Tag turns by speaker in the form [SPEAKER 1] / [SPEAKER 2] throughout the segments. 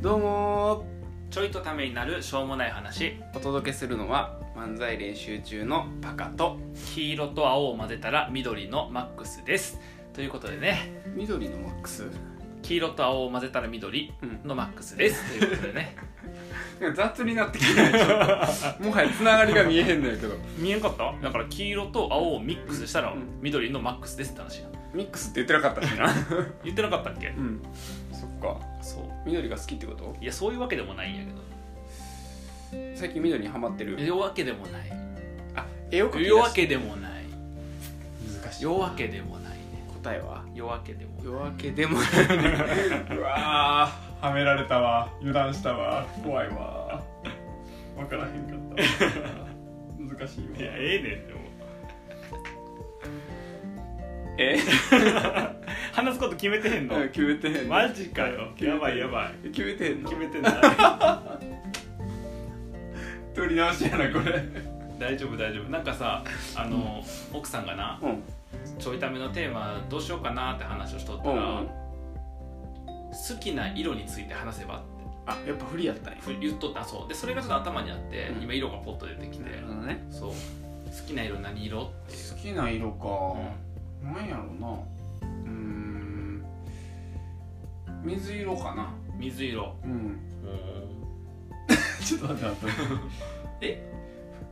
[SPEAKER 1] どうも
[SPEAKER 2] ちょいとためになるしょうもない話
[SPEAKER 1] お届けするのは漫才練習中のパカと
[SPEAKER 2] 黄色と青を混ぜたら緑のマックスですということでね
[SPEAKER 1] 緑のマックス
[SPEAKER 2] 黄色と青を混ぜたら緑
[SPEAKER 1] うん
[SPEAKER 2] のマックスですということでね
[SPEAKER 1] 雑になってきてない ちょっともはやつながりが見えへんのやけど
[SPEAKER 2] 見えんかっただから黄色と青をミックスしたら
[SPEAKER 1] うん
[SPEAKER 2] 緑のマックスですって話や
[SPEAKER 1] ミックスって言ってなかったしな
[SPEAKER 2] 言ってなかったっけ
[SPEAKER 1] うんそっか
[SPEAKER 2] そう
[SPEAKER 1] 緑が好きってこと
[SPEAKER 2] いやそういうわけでもないんやけど
[SPEAKER 1] 最近緑にハマってる
[SPEAKER 2] 夜明けでもない
[SPEAKER 1] あ絵を描き出し
[SPEAKER 2] 夜明けでもない
[SPEAKER 1] 難しい
[SPEAKER 2] 夜明けでもないね
[SPEAKER 1] 答えは
[SPEAKER 2] 夜明けでもない
[SPEAKER 1] 夜明けでもない うわーはめられたわ油断したわ怖いわ分からへんかった わ難しいわ
[SPEAKER 2] ええねんでも
[SPEAKER 1] え
[SPEAKER 2] 話すこと決めてへん
[SPEAKER 1] 決めてへんの
[SPEAKER 2] ジかよ
[SPEAKER 1] やばいや
[SPEAKER 2] ばい
[SPEAKER 1] 決めてへんの
[SPEAKER 2] めてない
[SPEAKER 1] 取り直しやなこれ
[SPEAKER 2] 大丈夫大丈夫なんかさあの、奥さんがな
[SPEAKER 1] うん
[SPEAKER 2] ちょいためのテーマどうしようかなって話をしとった
[SPEAKER 1] う
[SPEAKER 2] ら、
[SPEAKER 1] ん
[SPEAKER 2] 好きな色について話せばっ
[SPEAKER 1] あやっぱ不利やったんや
[SPEAKER 2] て言っとったそうでそれがちょっと頭にあって、
[SPEAKER 1] うん
[SPEAKER 2] 今色がポッと出てきて、
[SPEAKER 1] どね
[SPEAKER 2] そう好きな色何色っていう
[SPEAKER 1] 好きな色
[SPEAKER 2] う
[SPEAKER 1] か
[SPEAKER 2] ん
[SPEAKER 1] なんやろうなうーん水色かな
[SPEAKER 2] 水色
[SPEAKER 1] うん
[SPEAKER 2] うん
[SPEAKER 1] ちょっと待 って待って
[SPEAKER 2] え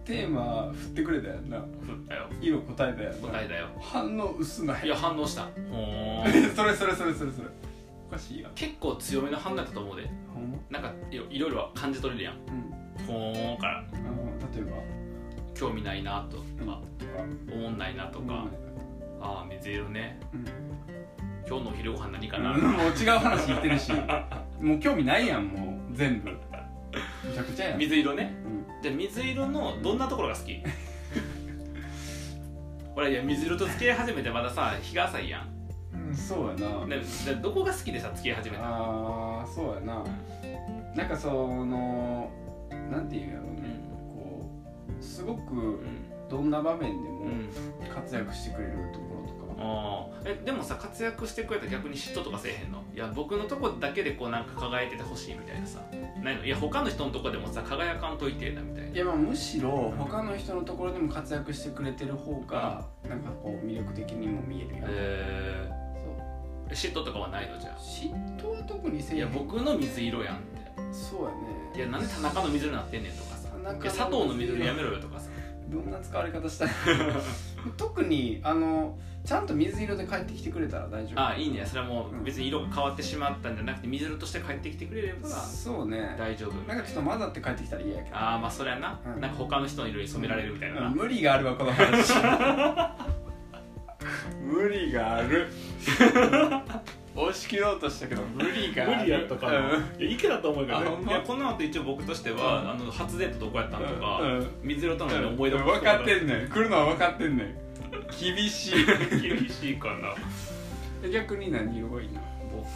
[SPEAKER 1] テーマ振ってくれたやんな
[SPEAKER 2] 振ったよ
[SPEAKER 1] 色答えたやんな
[SPEAKER 2] 答えだよ
[SPEAKER 1] 反応薄ない
[SPEAKER 2] いや反応したほーん
[SPEAKER 1] それそれそれそれそれおかしいやん
[SPEAKER 2] 結構強めの反応だったと思うで
[SPEAKER 1] ほんま
[SPEAKER 2] なんかいろいろいろ感じ取れるやん
[SPEAKER 1] うん
[SPEAKER 2] ほーんから
[SPEAKER 1] あの例えば
[SPEAKER 2] 興味ないなとか
[SPEAKER 1] とか
[SPEAKER 2] 思んないなとか、ああ水色ね
[SPEAKER 1] うん
[SPEAKER 2] 今日のお昼ご飯何かな、
[SPEAKER 1] うんもう違う話言ってるし もう興味ないやんもう全部めちゃくちゃやん、
[SPEAKER 2] 水色ね
[SPEAKER 1] うん
[SPEAKER 2] じゃあ水色のどんなところが好き ほらいや水色と付き合い始めてまださ日が浅いやん
[SPEAKER 1] うん、そうやな
[SPEAKER 2] ででどこが好きでさ付き合い始めた
[SPEAKER 1] あーそうやななんかそのなんていうんやろう
[SPEAKER 2] う
[SPEAKER 1] ね、
[SPEAKER 2] ん
[SPEAKER 1] こうすご
[SPEAKER 2] う
[SPEAKER 1] く
[SPEAKER 2] ん
[SPEAKER 1] どんな場面で
[SPEAKER 2] う
[SPEAKER 1] も
[SPEAKER 2] ん
[SPEAKER 1] 活躍してくれるところとか、
[SPEAKER 2] あーえでもさ活躍してくれたら逆に嫉妬とかせえへんのいや僕のとこだけでこうなんか輝いててほしいみたいなさないのいや他の人のとこでもさ輝かんといてなみたい
[SPEAKER 1] い
[SPEAKER 2] な
[SPEAKER 1] やまあむしろ他の人のところでも活躍してくれてる方がなんかこう魅力的にも見えるやん、
[SPEAKER 2] え
[SPEAKER 1] そう
[SPEAKER 2] ー、嫉妬とかはないのじゃ
[SPEAKER 1] 嫉妬は特にせえ
[SPEAKER 2] あい
[SPEAKER 1] へ
[SPEAKER 2] や
[SPEAKER 1] ん
[SPEAKER 2] 僕の水色やんって
[SPEAKER 1] そうや
[SPEAKER 2] い
[SPEAKER 1] ね
[SPEAKER 2] やなんで田中の水になってんねんとかさ
[SPEAKER 1] 田中
[SPEAKER 2] いや佐藤の水やめろよとかさ
[SPEAKER 1] どんな使われ方したい 特にあのちゃんと水色で帰ってきてくれたら大丈夫
[SPEAKER 2] ああいいねそれはもう別に色が変わってしまったんじゃなくて水色として帰ってきてくれれば
[SPEAKER 1] そうね
[SPEAKER 2] 大丈夫み
[SPEAKER 1] な
[SPEAKER 2] た
[SPEAKER 1] いん
[SPEAKER 2] な
[SPEAKER 1] かちょっと混ざって帰ってきたら嫌やけど
[SPEAKER 2] ああまあそれはな、
[SPEAKER 1] うん
[SPEAKER 2] なんか他の人の色に染められるみたいなな、
[SPEAKER 1] 無理があるわこの 話無理がある押し切ろうとしたけど無理があるうん
[SPEAKER 2] いやいくらと思う
[SPEAKER 1] けどね
[SPEAKER 2] いやこの後一応僕としては、
[SPEAKER 1] うん
[SPEAKER 2] あの初デートどこやったんとか、
[SPEAKER 1] うん
[SPEAKER 2] 水色との思い出
[SPEAKER 1] 分かって
[SPEAKER 2] る
[SPEAKER 1] んねん来るのは分かってんねん厳しい
[SPEAKER 2] 厳しいかな
[SPEAKER 1] 逆に何色がいいの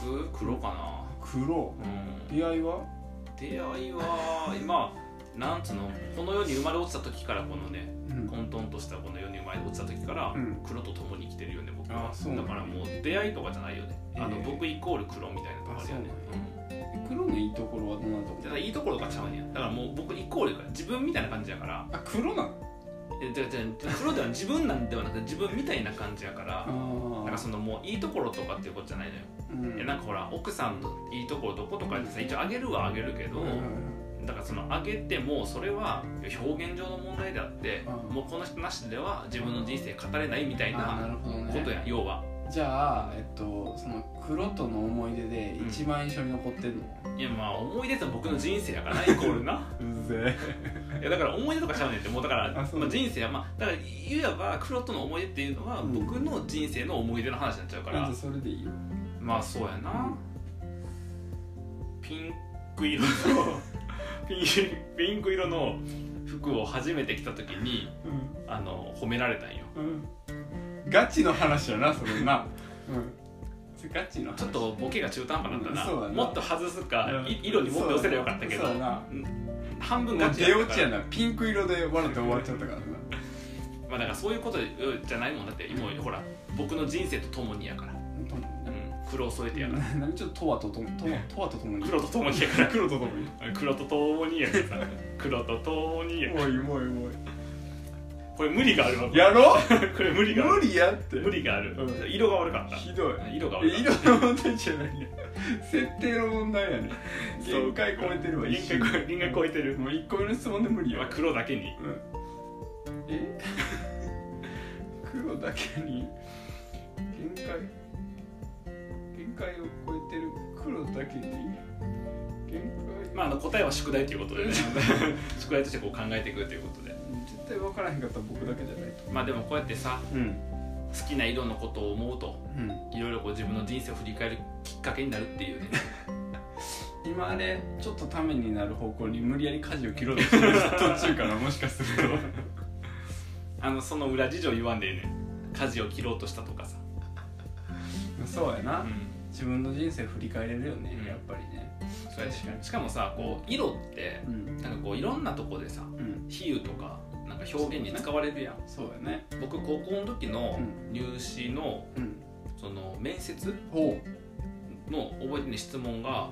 [SPEAKER 2] 僕黒かな
[SPEAKER 1] 黒
[SPEAKER 2] うん
[SPEAKER 1] 出会いは
[SPEAKER 2] 出会いは今なんつうのこの世に生まれ落ちた時からこのね
[SPEAKER 1] うん
[SPEAKER 2] 混沌としたこの世に生まれ落ちた時から、
[SPEAKER 1] うん
[SPEAKER 2] 黒と共に生きてるよね僕
[SPEAKER 1] あ
[SPEAKER 2] は
[SPEAKER 1] そうな
[SPEAKER 2] だ
[SPEAKER 1] んだ
[SPEAKER 2] からもう出会いとかじゃないよね、あの
[SPEAKER 1] えー
[SPEAKER 2] 僕イコール黒みたいなところあるよね
[SPEAKER 1] あ黒のいいところはどんなとこ
[SPEAKER 2] うんだからいいところがちゃうんやだからもう僕イコールやから自分みたいな感じやから
[SPEAKER 1] あ黒なの
[SPEAKER 2] えじゃじゃ黒では自分なんではなくて自分みたいな感じやか ら
[SPEAKER 1] あ
[SPEAKER 2] なんかそのもういいところとかっていうことじゃないのよ、
[SPEAKER 1] うん
[SPEAKER 2] いやなんかほら奥さんのいいところどことかってさ一応あげるはあげるけど、
[SPEAKER 1] うんうん
[SPEAKER 2] だからその上げてもそれは表現上の問題であって、
[SPEAKER 1] うん
[SPEAKER 2] もうこの人なしでは自分の人生語れないみたい
[SPEAKER 1] あーなる
[SPEAKER 2] な
[SPEAKER 1] ほどね
[SPEAKER 2] ことや、要は
[SPEAKER 1] じゃあえっとその黒との思い出で一番印象に残ってんの、
[SPEAKER 2] いやまあ思い出と僕の人生やからなイコー ルな
[SPEAKER 1] うぜ
[SPEAKER 2] いやだから思い出とかちゃうねんってもうだから
[SPEAKER 1] あそう
[SPEAKER 2] まあ、人生はまあだからいわば黒との思い出っていうのは
[SPEAKER 1] うん
[SPEAKER 2] 僕の人生の思い出の話になっちゃうから、
[SPEAKER 1] まずそれでいいよ
[SPEAKER 2] まあそうやなピンク色の ピンピンク色の服を初めて着た時に
[SPEAKER 1] うん
[SPEAKER 2] あの褒められたんよ
[SPEAKER 1] うんガチの話やなそれなうんそれガチの話
[SPEAKER 2] ちょっとボケが中途半端だったな,、
[SPEAKER 1] うんそうだな
[SPEAKER 2] もっと外すか、
[SPEAKER 1] うん
[SPEAKER 2] い色にもっと寄せればよかったけど
[SPEAKER 1] そうやな
[SPEAKER 2] 半分
[SPEAKER 1] も
[SPEAKER 2] が
[SPEAKER 1] う出落ちやなピンク色で笑って終わっちゃったからな
[SPEAKER 2] まあだからそういうことじゃないもんだってもうほら僕の人生と共にやから、
[SPEAKER 1] 本当に
[SPEAKER 2] うん、黒を添えてやから
[SPEAKER 1] なちょっととわとともともとわとともに
[SPEAKER 2] 黒と共にやから
[SPEAKER 1] 黒とともに
[SPEAKER 2] 黒と共にやから さ黒と共にや
[SPEAKER 1] おいおいおい
[SPEAKER 2] これ無理があるわこれ
[SPEAKER 1] やろ
[SPEAKER 2] これ無理があ
[SPEAKER 1] 無
[SPEAKER 2] る
[SPEAKER 1] 理やって
[SPEAKER 2] 無理がある
[SPEAKER 1] うん
[SPEAKER 2] 色が悪かった
[SPEAKER 1] ひどい
[SPEAKER 2] 色が
[SPEAKER 1] え
[SPEAKER 2] 悪かっ
[SPEAKER 1] 色の問題じゃないや設定の問題やね
[SPEAKER 2] た
[SPEAKER 1] 限界超えてるわ
[SPEAKER 2] 限界超え限界超えてる
[SPEAKER 1] もう1個目の質問で無理
[SPEAKER 2] いや
[SPEAKER 1] や
[SPEAKER 2] 黒だけに
[SPEAKER 1] うんえ 黒だけに限界限界を超えてる黒だけに限界
[SPEAKER 2] まああの答えは宿題ということでね 宿題としてこう考えていくということで
[SPEAKER 1] 絶対分からへんかったら僕だけじゃないと
[SPEAKER 2] まあでもこうやってさ
[SPEAKER 1] うん
[SPEAKER 2] 好きな色のことを思うと
[SPEAKER 1] うん
[SPEAKER 2] いろいろこう自分の人生を振り返るきっかけになるっていうね
[SPEAKER 1] 今あれちょっとためになる方向に無理やり舵を切ろうとしてる途中からもしかすると
[SPEAKER 2] あのその裏事情言わんでええねん舵を切ろうとしたとかさ、
[SPEAKER 1] そうや
[SPEAKER 2] う
[SPEAKER 1] な、
[SPEAKER 2] ん、
[SPEAKER 1] 自分の人生振り返れるよね、
[SPEAKER 2] うん
[SPEAKER 1] やっぱりね
[SPEAKER 2] そうやししかもさこう色って
[SPEAKER 1] うん
[SPEAKER 2] なんかこういろんなとこでさ
[SPEAKER 1] うん
[SPEAKER 2] 比喩とかなんか表現に使われるやん
[SPEAKER 1] そうやね
[SPEAKER 2] 僕高校の時の
[SPEAKER 1] うん
[SPEAKER 2] 入試の
[SPEAKER 1] うん
[SPEAKER 2] その面接
[SPEAKER 1] ほ
[SPEAKER 2] の覚えてる質問が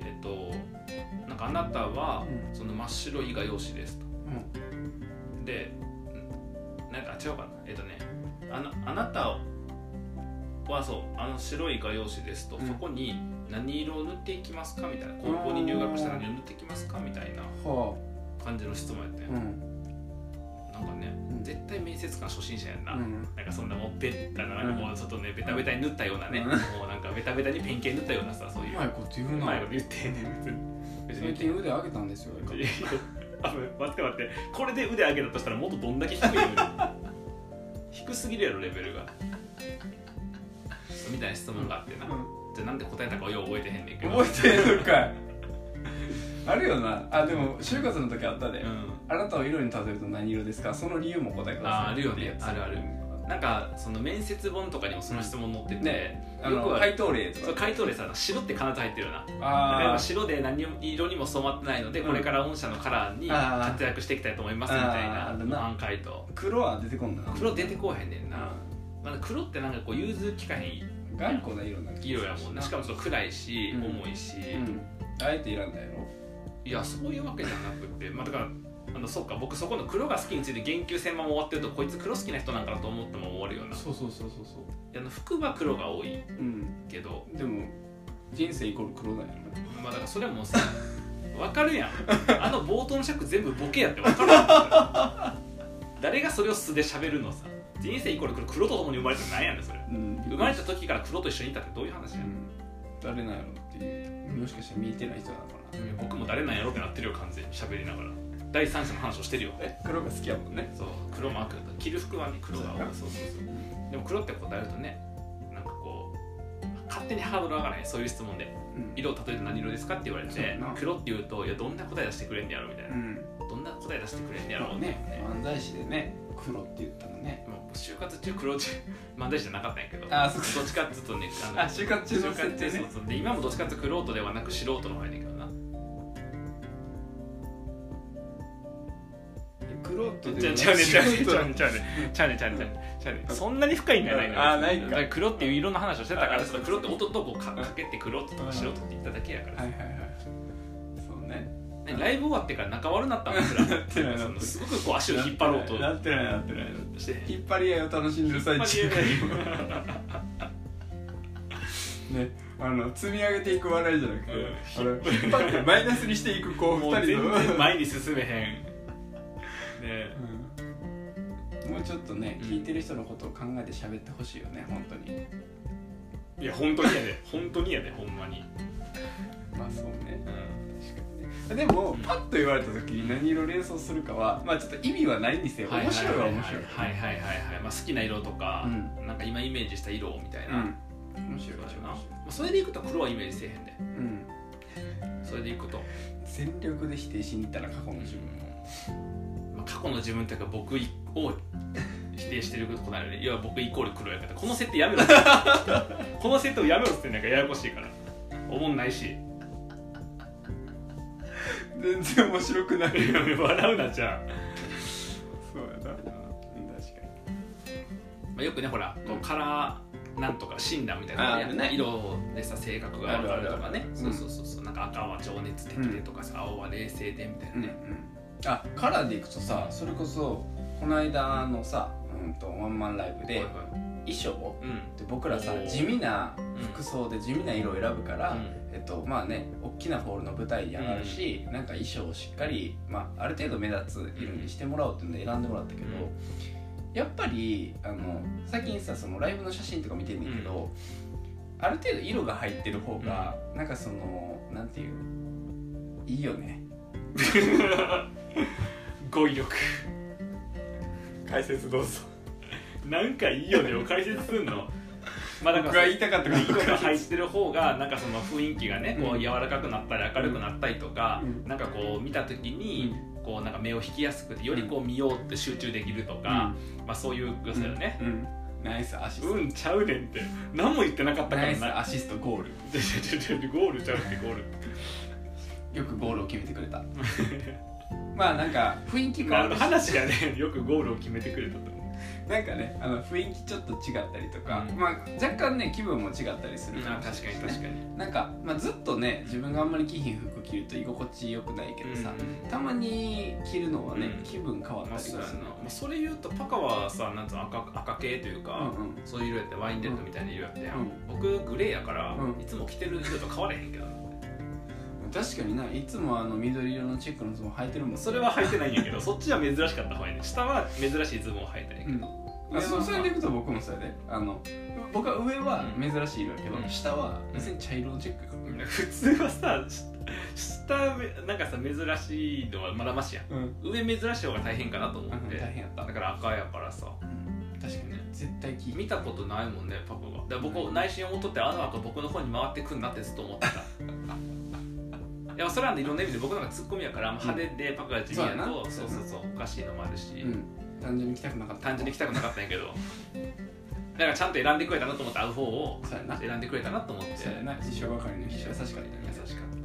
[SPEAKER 2] えっとなんかあなたは
[SPEAKER 1] う
[SPEAKER 2] その真っ白以外容姿ですと
[SPEAKER 1] う、う
[SPEAKER 2] でんなんか違うかなえっとねあのあなたはそうあの白い画用紙ですと、
[SPEAKER 1] うん、
[SPEAKER 2] そこに何色を塗っていきますかみたいな高校に入学したら何を塗っていきますかみたいなん
[SPEAKER 1] は
[SPEAKER 2] 感じの質問やった
[SPEAKER 1] あ
[SPEAKER 2] よ、
[SPEAKER 1] うん
[SPEAKER 2] なんかね
[SPEAKER 1] うん
[SPEAKER 2] 絶対面接官初心者やんな、
[SPEAKER 1] うん
[SPEAKER 2] なんかそんなもうベッタななんかもうちょっとねベタベタに塗ったようなね、
[SPEAKER 1] うん
[SPEAKER 2] もうなんかベタベタにペンキで塗ったようなさそう
[SPEAKER 1] う
[SPEAKER 2] いう
[SPEAKER 1] まいこと言う
[SPEAKER 2] うま
[SPEAKER 1] な
[SPEAKER 2] いこと言ってんねん別に
[SPEAKER 1] 最
[SPEAKER 2] 別に
[SPEAKER 1] 近腕上げたんですよ
[SPEAKER 2] いやあ待って待ってこれで腕上げたとしたらもっとどんだけ低いレベル低すぎるやろレベルがみたいな質問があってな、じゃあなんで答えたかはよう覚えてへんねんけど
[SPEAKER 1] 覚えてるの かいあるよなあでも就活の時あったで、
[SPEAKER 2] うん
[SPEAKER 1] あなたを色に例えると何色ですかその理由も答えください
[SPEAKER 2] ああるよね
[SPEAKER 1] ってやつ
[SPEAKER 2] あるあるなんかその面接本とかにもその質問載ってて、
[SPEAKER 1] ねあ
[SPEAKER 2] よく
[SPEAKER 1] の
[SPEAKER 2] は
[SPEAKER 1] 回答例
[SPEAKER 2] そ
[SPEAKER 1] と
[SPEAKER 2] う
[SPEAKER 1] か
[SPEAKER 2] 回答でさ白って必ず入ってるよなだか
[SPEAKER 1] あ
[SPEAKER 2] ら白で何色にも染まってないので、これから御社のカラーに
[SPEAKER 1] あー
[SPEAKER 2] 活躍していきたいと思いますみたい
[SPEAKER 1] あ
[SPEAKER 2] な
[SPEAKER 1] ーあるな
[SPEAKER 2] 満回答
[SPEAKER 1] ー黒は出てこんな
[SPEAKER 2] 黒出てこうへんねんな、
[SPEAKER 1] う
[SPEAKER 2] まだ黒ってなんかこう融通きかへん
[SPEAKER 1] ん頑固な色な
[SPEAKER 2] 色やもんなしかもその暗いし、
[SPEAKER 1] うん
[SPEAKER 2] 重いし、
[SPEAKER 1] うんあえて選んだやろ
[SPEAKER 2] いやそういうわけじゃなくてまあだからあのそっか僕そこの黒が好きについて言及戦も終わってるとこいつ黒好きな人なんかなと思っても終わるようない
[SPEAKER 1] そうそうそうそうそ
[SPEAKER 2] やあの服は黒が多いう
[SPEAKER 1] うん
[SPEAKER 2] けど
[SPEAKER 1] でも人生イコール黒だよね
[SPEAKER 2] まあだからそれもさ分かるやん あの冒頭の尺全部ボケやって分かるやん誰がそれを素で喋るのさ人生イコール黒黒と共に生まれたらなんやねんそれ
[SPEAKER 1] うん
[SPEAKER 2] 生まれた時から黒と一緒にいたってどういう話
[SPEAKER 1] う
[SPEAKER 2] やねん
[SPEAKER 1] ん誰なんやろっていうもしかしたら見えてない人なのかない
[SPEAKER 2] や僕も誰なんやろってなってるよ完全に喋りながら第三者の話をしてるよ
[SPEAKER 1] え黒が好きやもんね
[SPEAKER 2] そう黒も赤だ着る服はね黒が多いそうそうそうでも黒って答えるとねなんかこう勝手にハードル上がらないそういう質問で
[SPEAKER 1] うん
[SPEAKER 2] 色を例えて何色ですかって言われ
[SPEAKER 1] そうや
[SPEAKER 2] て
[SPEAKER 1] な
[SPEAKER 2] 黒って言うといやどんな答え出してくれんねやろみたいな、
[SPEAKER 1] うん
[SPEAKER 2] どんな答え出してくれんねやろうね
[SPEAKER 1] ね漫才師でね黒って言ったのね
[SPEAKER 2] もう就活中黒中 漫才師じゃなかったんやけど
[SPEAKER 1] あそう
[SPEAKER 2] どっちかっつうとねあ
[SPEAKER 1] あ就活中の設定
[SPEAKER 2] そう
[SPEAKER 1] ね
[SPEAKER 2] そうで今もどっちかっつうと黒人ではなく素人の方やねんけどな
[SPEAKER 1] 黒って
[SPEAKER 2] じゃあちゃうねちゃうねちゃうねちゃうねちゃうねちゃうねちゃうねそんなに深いんじゃないの
[SPEAKER 1] あないか
[SPEAKER 2] だら黒っていう色の話をしてたか
[SPEAKER 1] あ
[SPEAKER 2] らその黒って音とこうかかけて黒と
[SPEAKER 1] う
[SPEAKER 2] か
[SPEAKER 1] ん
[SPEAKER 2] 白とって言っただけやか
[SPEAKER 1] は
[SPEAKER 2] ら
[SPEAKER 1] いはいはいそうね
[SPEAKER 2] ねライブ終わってから仲悪なったもん僕ら
[SPEAKER 1] てない
[SPEAKER 2] そのすごくこう足を引っ張ろう
[SPEAKER 1] な
[SPEAKER 2] と
[SPEAKER 1] ってないなってない
[SPEAKER 2] して
[SPEAKER 1] 引っ張り合いを楽しんでる最中ねあの積み上げていく笑いじゃなくて、あの引っ張ってマイナスにしていくこう
[SPEAKER 2] もう
[SPEAKER 1] 2
[SPEAKER 2] 全
[SPEAKER 1] 人の
[SPEAKER 2] 然前に進めへんね
[SPEAKER 1] うんもうちょっとね、
[SPEAKER 2] うん
[SPEAKER 1] 聞いてる人のことを考えて喋ってほしいよね本当に
[SPEAKER 2] いや本当にやで本当にやでほんまに
[SPEAKER 1] まあそうね
[SPEAKER 2] うん
[SPEAKER 1] 確かにねでも、
[SPEAKER 2] うん
[SPEAKER 1] パッと言われた時に何色連想するかはまあちょっと意味はないにせよ面白いは面白い
[SPEAKER 2] はいはいはいはいまあ好きな色とか
[SPEAKER 1] う
[SPEAKER 2] なんか今イメージした色みたいな
[SPEAKER 1] うん面白い面白い
[SPEAKER 2] ま
[SPEAKER 1] 面
[SPEAKER 2] あそれでいくと黒はイメージせえへんで
[SPEAKER 1] 白いうん
[SPEAKER 2] それでいくと、
[SPEAKER 1] 全力で否定しに行ったら過去の自分も
[SPEAKER 2] まあ、過去の自分というか僕を否定してることになるよねいや僕イコール黒やからこの設定やめろ この設定をやめろってなんかややこしいから思んないし
[SPEAKER 1] 全然面白 くない
[SPEAKER 2] 笑うなじゃ
[SPEAKER 1] そうやな、うん、確か
[SPEAKER 2] あ、まあ、よくねほらこうカラーなんとか診断みたいなの
[SPEAKER 1] あ
[SPEAKER 2] や
[SPEAKER 1] あ
[SPEAKER 2] る
[SPEAKER 1] るね
[SPEAKER 2] 色でさ性格が分かると
[SPEAKER 1] ある
[SPEAKER 2] か
[SPEAKER 1] あるあ
[SPEAKER 2] ね
[SPEAKER 1] る
[SPEAKER 2] そうそうそうそうなんか赤は情熱的でとかさ、青は冷静でみたいな
[SPEAKER 1] うんう
[SPEAKER 2] ね、
[SPEAKER 1] んあカラーでいくとさそれこそこの間のさ、うん、とワンマンライブで
[SPEAKER 2] はいはい
[SPEAKER 1] 衣装を
[SPEAKER 2] うん
[SPEAKER 1] で僕らさ地味な服装で地味な色を選ぶから、えっとまあね大きなホールの舞台に上がるし、なんか衣装をしっかり、まあ、ある程度目立つ色にしてもらおうっていうので選んでもらったけど、やっぱりあの最近さそのライブの写真とか見てんだけど、ある程度色が入ってる方が、なんかそのなんていういいよね
[SPEAKER 2] うん、語彙力
[SPEAKER 1] 解説どうぞ
[SPEAKER 2] なんかいい よねを解説すんのまあだ
[SPEAKER 1] 僕
[SPEAKER 2] か
[SPEAKER 1] が
[SPEAKER 2] ら
[SPEAKER 1] 言いたかったから
[SPEAKER 2] 色が入ってる方がなんかその雰囲気がねこ
[SPEAKER 1] う
[SPEAKER 2] うん柔らかくなったり明るくなったりとか、
[SPEAKER 1] うん
[SPEAKER 2] なんかこう見た時にこうなんか目を引きやすくてよりこう見ようって集中できるとか、まあそういう良さよね、
[SPEAKER 1] うん、うんナイスアシス
[SPEAKER 2] う
[SPEAKER 1] ト、
[SPEAKER 2] ん、ちゃうねんって何も言ってなかったか
[SPEAKER 1] ナ
[SPEAKER 2] ら
[SPEAKER 1] イス
[SPEAKER 2] な
[SPEAKER 1] アシストゴール
[SPEAKER 2] ちょちょちょちょゴールちゃうって ゴール
[SPEAKER 1] よくゴールを決めてくれたまあなんか雰囲気変わ
[SPEAKER 2] あの
[SPEAKER 1] るし
[SPEAKER 2] 話がねよくゴールを決めてくれたと思う
[SPEAKER 1] なんかねあの雰囲気ちょっと違ったりとか、
[SPEAKER 2] うん
[SPEAKER 1] まあ、若干ね気分も違ったりする
[SPEAKER 2] あ確かに確か
[SPEAKER 1] に
[SPEAKER 2] に、
[SPEAKER 1] なんか、まあ、ずっとね自分があんまり着ひん服着ると居心地よくないけどさ、たまに着るのはね、
[SPEAKER 2] うん
[SPEAKER 1] 気分変わった
[SPEAKER 2] ま
[SPEAKER 1] り
[SPEAKER 2] あ
[SPEAKER 1] す
[SPEAKER 2] そう
[SPEAKER 1] る
[SPEAKER 2] やな、まあ、それ言うとパカはさなんつうの赤赤系というか、
[SPEAKER 1] うん
[SPEAKER 2] そういう色やってワインレッドみたいな色やって、
[SPEAKER 1] うん
[SPEAKER 2] 僕グレーやから、
[SPEAKER 1] うん
[SPEAKER 2] いつも着てる色と変われへんけどな
[SPEAKER 1] うん、確かにないつもあの緑色のチェックのズボン履いてるもん
[SPEAKER 2] それは履いてないんやけ どそっちは珍しかった方やね下は珍しいズボンを履いてないけど、
[SPEAKER 1] あそうそれでいくと僕もそれであの僕は上は珍しい色やけど、
[SPEAKER 2] うん
[SPEAKER 1] 下は別に茶色のチェック、
[SPEAKER 2] うん普通はさし下めなんかさ珍しいのはまだましやん
[SPEAKER 1] うん
[SPEAKER 2] 上珍しい方が大変かなと思
[SPEAKER 1] あ
[SPEAKER 2] っ
[SPEAKER 1] の
[SPEAKER 2] て
[SPEAKER 1] 大変やった、
[SPEAKER 2] だから赤やからさ
[SPEAKER 1] うん確かにね絶対着
[SPEAKER 2] 見たことないもんねパパがだから僕内心思っとってあの赤僕の方に回ってくんなってずっと思 ってたいやそれはねいろんな意味で僕なんかツッコミやからあんま派手でパパが地味や
[SPEAKER 1] そうや
[SPEAKER 2] と
[SPEAKER 1] な
[SPEAKER 2] そうそうそうおかしいのもあるし、
[SPEAKER 1] うん、単純に着たくなかった
[SPEAKER 2] 単純に来たくなかったんやけどだからちゃんと選んでくれたなと思って合う方を
[SPEAKER 1] そうやな
[SPEAKER 2] 選んでくれたなと思って
[SPEAKER 1] そうやな一生ばかりの人優しかったね
[SPEAKER 2] 優しかった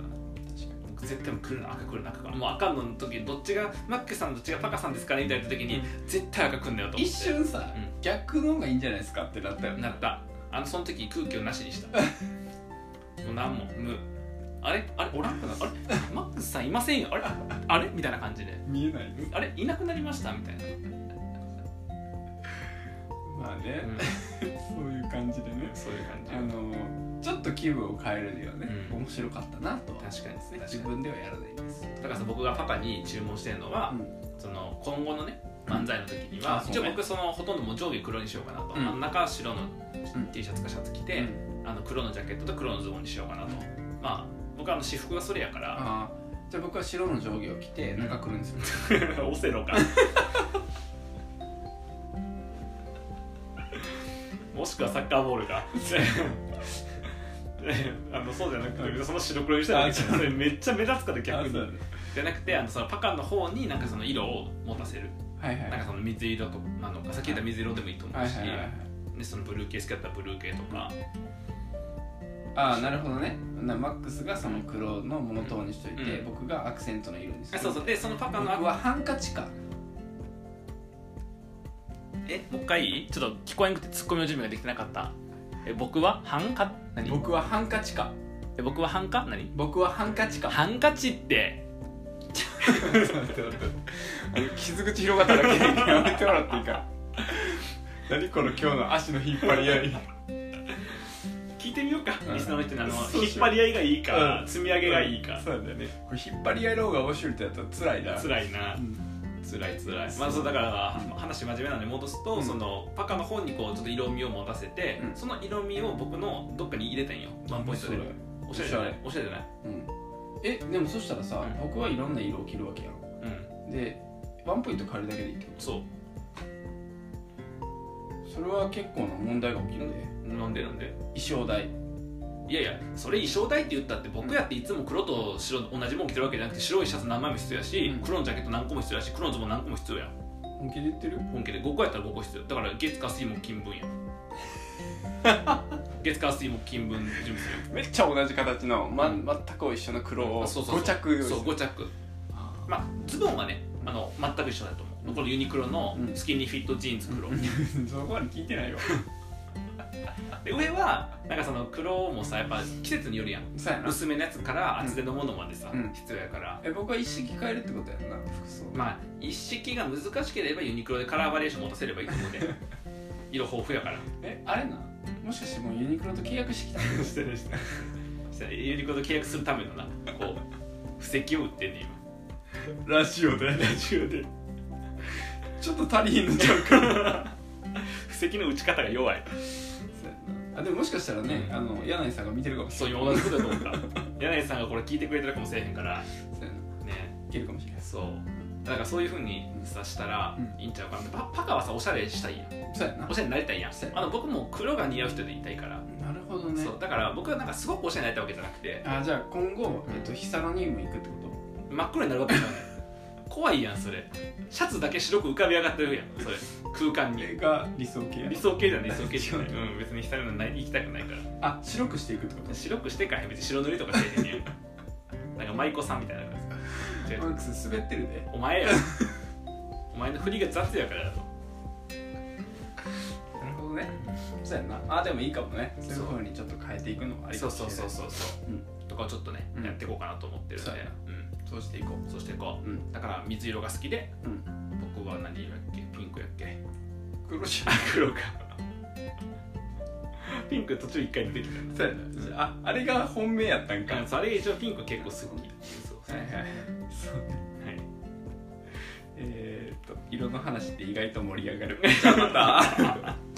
[SPEAKER 2] 僕絶対もう来るな赤来るな赤来るなもう赤の時どっちがマックさんどっちがパカさんですかねみたいな時に、
[SPEAKER 1] うん
[SPEAKER 2] 絶対赤来んだよと思って
[SPEAKER 1] 一瞬さ、
[SPEAKER 2] うん
[SPEAKER 1] 逆の方がいいんじゃないですかってなったよね
[SPEAKER 2] なったあのその時空気をなしにしたもう何も無あれあれおらんくなあれマックスさんいませんよあれあれみたいな感じで
[SPEAKER 1] 見えない
[SPEAKER 2] あれいなくなりましたみたいな、
[SPEAKER 1] まあね、
[SPEAKER 2] うん
[SPEAKER 1] そういう感じでね
[SPEAKER 2] そういう感じ
[SPEAKER 1] あのちょっと気分を変えるにはね、
[SPEAKER 2] うん
[SPEAKER 1] 面白かったなとは
[SPEAKER 2] 確かにですね
[SPEAKER 1] 自分ではやらないです
[SPEAKER 2] だからさ僕がパパに注文してるのは、
[SPEAKER 1] うん
[SPEAKER 2] その今後のね漫才の時には、
[SPEAKER 1] あそう
[SPEAKER 2] 一
[SPEAKER 1] ね
[SPEAKER 2] 応僕そのほとんどもう上下黒にしようかなと、
[SPEAKER 1] うん
[SPEAKER 2] 真ん中は白の
[SPEAKER 1] うん
[SPEAKER 2] T シャツかシャツ着て、
[SPEAKER 1] うん
[SPEAKER 2] あの黒のジャケットと黒のズボンにしようかなと、まあ僕はあの私服がそれやから、
[SPEAKER 1] ああじゃあ僕は白の上下を着て中黒 にする、
[SPEAKER 2] オセロかもしくはサッカーボールか あのそうじゃなくてその白黒にしたら
[SPEAKER 1] あ
[SPEAKER 2] それめっちゃ目立つから逆
[SPEAKER 1] あそう
[SPEAKER 2] に
[SPEAKER 1] だね
[SPEAKER 2] じゃなくてあのそのパカの方になんかその色を持たせる
[SPEAKER 1] はいはい
[SPEAKER 2] なんかその水色となのかさっき言った水色でもいいと思
[SPEAKER 1] は
[SPEAKER 2] う
[SPEAKER 1] い
[SPEAKER 2] し
[SPEAKER 1] はいはいはい
[SPEAKER 2] でそのブルー系好きだったらブルー系とか
[SPEAKER 1] ああなるほどねなマックスがその黒のモノトーンにしといて、
[SPEAKER 2] うん
[SPEAKER 1] 僕がアクセントの色にす
[SPEAKER 2] あ
[SPEAKER 1] る
[SPEAKER 2] そうそうでそのパカ
[SPEAKER 1] 僕
[SPEAKER 2] の
[SPEAKER 1] はハンカチか
[SPEAKER 2] えもう一回いいちょっと聞こえんくてツッコミの準備ができてなかったえ僕はハンカ何
[SPEAKER 1] 僕はハンカチか
[SPEAKER 2] え僕はハンカ何
[SPEAKER 1] 僕はハンカチ か
[SPEAKER 2] ハンカチって
[SPEAKER 1] 傷口広がっただけでやめてもらっていいから何この今日の足の引っ張り合い
[SPEAKER 2] 聞いてみようか、
[SPEAKER 1] うん
[SPEAKER 2] リスナーの人にあの
[SPEAKER 1] そうしよう
[SPEAKER 2] 引っ張り合いがいいか、
[SPEAKER 1] うん
[SPEAKER 2] 積み上げがいいか、
[SPEAKER 1] そうだよねこれ引っ張り合いの方が面白いってやったら辛いな
[SPEAKER 2] 辛いな
[SPEAKER 1] うん
[SPEAKER 2] 辛い辛い
[SPEAKER 1] そう
[SPEAKER 2] まあそうだから、
[SPEAKER 1] うん
[SPEAKER 2] 話真面目なのに戻すと、
[SPEAKER 1] うん
[SPEAKER 2] そのパカの方にこうちょっと色味を持たせて、
[SPEAKER 1] うん
[SPEAKER 2] その色味を僕のどっかに入れたんよワンポイント
[SPEAKER 1] そ
[SPEAKER 2] で
[SPEAKER 1] うだよ
[SPEAKER 2] おしゃれじゃないおしゃれじゃない
[SPEAKER 1] うんえでもそしたらさ、
[SPEAKER 2] うん
[SPEAKER 1] 僕はいろんな色を着るわけやん
[SPEAKER 2] うん
[SPEAKER 1] でワンポイント変えるだけでいいってこ
[SPEAKER 2] そ
[SPEAKER 1] とそれは結構な問題が起きるで
[SPEAKER 2] うなんでなんで
[SPEAKER 1] 衣装代
[SPEAKER 2] いやいやそれ衣装代って言ったって僕やっていつも黒と白同じもん着てるわけじゃなくて白いシャツ何枚も必要やし、
[SPEAKER 1] うん
[SPEAKER 2] 黒のジャケット何個も必要やし黒のズボン何個も必要やん
[SPEAKER 1] 本気で言ってる
[SPEAKER 2] 本家で5個やったら5個必要だから月火水木金 分や月火水木金分準備する
[SPEAKER 1] めっちゃ同じ形の、
[SPEAKER 2] ま
[SPEAKER 1] 全く一緒の黒
[SPEAKER 2] あそうそうそうそう5着 まあズボンはねあの全く一緒だと思うこのユニクロの
[SPEAKER 1] うん
[SPEAKER 2] スキニーフィットジーンズ黒、
[SPEAKER 1] そこまで聞いてないよ
[SPEAKER 2] で上はなんかその黒もさやっぱ季節によるやん
[SPEAKER 1] そうやな
[SPEAKER 2] 薄めのやつから厚手のものまでさ、
[SPEAKER 1] うん
[SPEAKER 2] 必要やから
[SPEAKER 1] え僕は一式変えるってことやんな服装
[SPEAKER 2] まあ一式が難しければユニクロでカラーバリエーション持たせればいいと思 うで色豊富やから
[SPEAKER 1] えあれなもしかしてもうユニクロと契約してきた
[SPEAKER 2] してるしてるしてるユニクロと契約するためのなこう布石を売ってんねん今
[SPEAKER 1] ラジオで
[SPEAKER 2] ラジオで
[SPEAKER 1] ちょっと足りひんのち ゃうか
[SPEAKER 2] 布石の打ち方が弱い
[SPEAKER 1] あでももしかしたらね、
[SPEAKER 2] うん
[SPEAKER 1] あの柳井さんが見てるかもし
[SPEAKER 2] そう
[SPEAKER 1] れない
[SPEAKER 2] 今同じことだと思った柳井さんがこれ聞いてくれてるかもしれへんから
[SPEAKER 1] そうやな
[SPEAKER 2] ね
[SPEAKER 1] いけるかもしれない
[SPEAKER 2] そうだからそういうふうにさしたら
[SPEAKER 1] うん
[SPEAKER 2] いいんちゃうかなパパカはさおしゃれしたいやん
[SPEAKER 1] そうやな
[SPEAKER 2] おしゃれになりたいやん
[SPEAKER 1] そうや
[SPEAKER 2] あの僕も黒が似合う人でいたいから、
[SPEAKER 1] なるほどね
[SPEAKER 2] そうだから僕はなんかすごくおしゃれになりたいわけじゃなくて
[SPEAKER 1] あじゃあ今後、えっと、ヒサロニウム行くってこ
[SPEAKER 2] 真っ黒になるわけじゃない怖いやんそれシャツだけ白く浮かび上がってるやんそれ空間
[SPEAKER 1] と
[SPEAKER 2] に
[SPEAKER 1] が理想系
[SPEAKER 2] 理想系じゃない理想系じゃない、うん、別に浸るのない行きたくないから
[SPEAKER 1] あ白くしていくってこと
[SPEAKER 2] 白くしてから別に白塗りとかせえへん ねんなんか舞妓さんみたいな感じ違う
[SPEAKER 1] マックス滑ってるで
[SPEAKER 2] お前や お前の振りが雑やからだと
[SPEAKER 1] なるほどねそうやなあでもいいかもねそういうふうにちょっと変えていくのもありか
[SPEAKER 2] そ
[SPEAKER 1] も
[SPEAKER 2] う
[SPEAKER 1] しれ
[SPEAKER 2] そ
[SPEAKER 1] な
[SPEAKER 2] う
[SPEAKER 1] い
[SPEAKER 2] そうそうそう、
[SPEAKER 1] うん
[SPEAKER 2] とかをちょっとね、
[SPEAKER 1] うん
[SPEAKER 2] やっていこうかなと思ってるんで
[SPEAKER 1] そうやな
[SPEAKER 2] うん、
[SPEAKER 1] そうしていこ
[SPEAKER 2] そうしていこう
[SPEAKER 1] ううん
[SPEAKER 2] だから水色が好きで
[SPEAKER 1] うん
[SPEAKER 2] 僕は何色やっけピンクやっけ
[SPEAKER 1] 黒じ
[SPEAKER 2] あ黒か ピンク途中一回出てきた
[SPEAKER 1] そうやなああれが本命やったんか
[SPEAKER 2] なあれ一応ピンク結構好きそう
[SPEAKER 1] はいはいそう
[SPEAKER 2] はい
[SPEAKER 1] えーっと色の話って意外と盛り上がるじゃあまた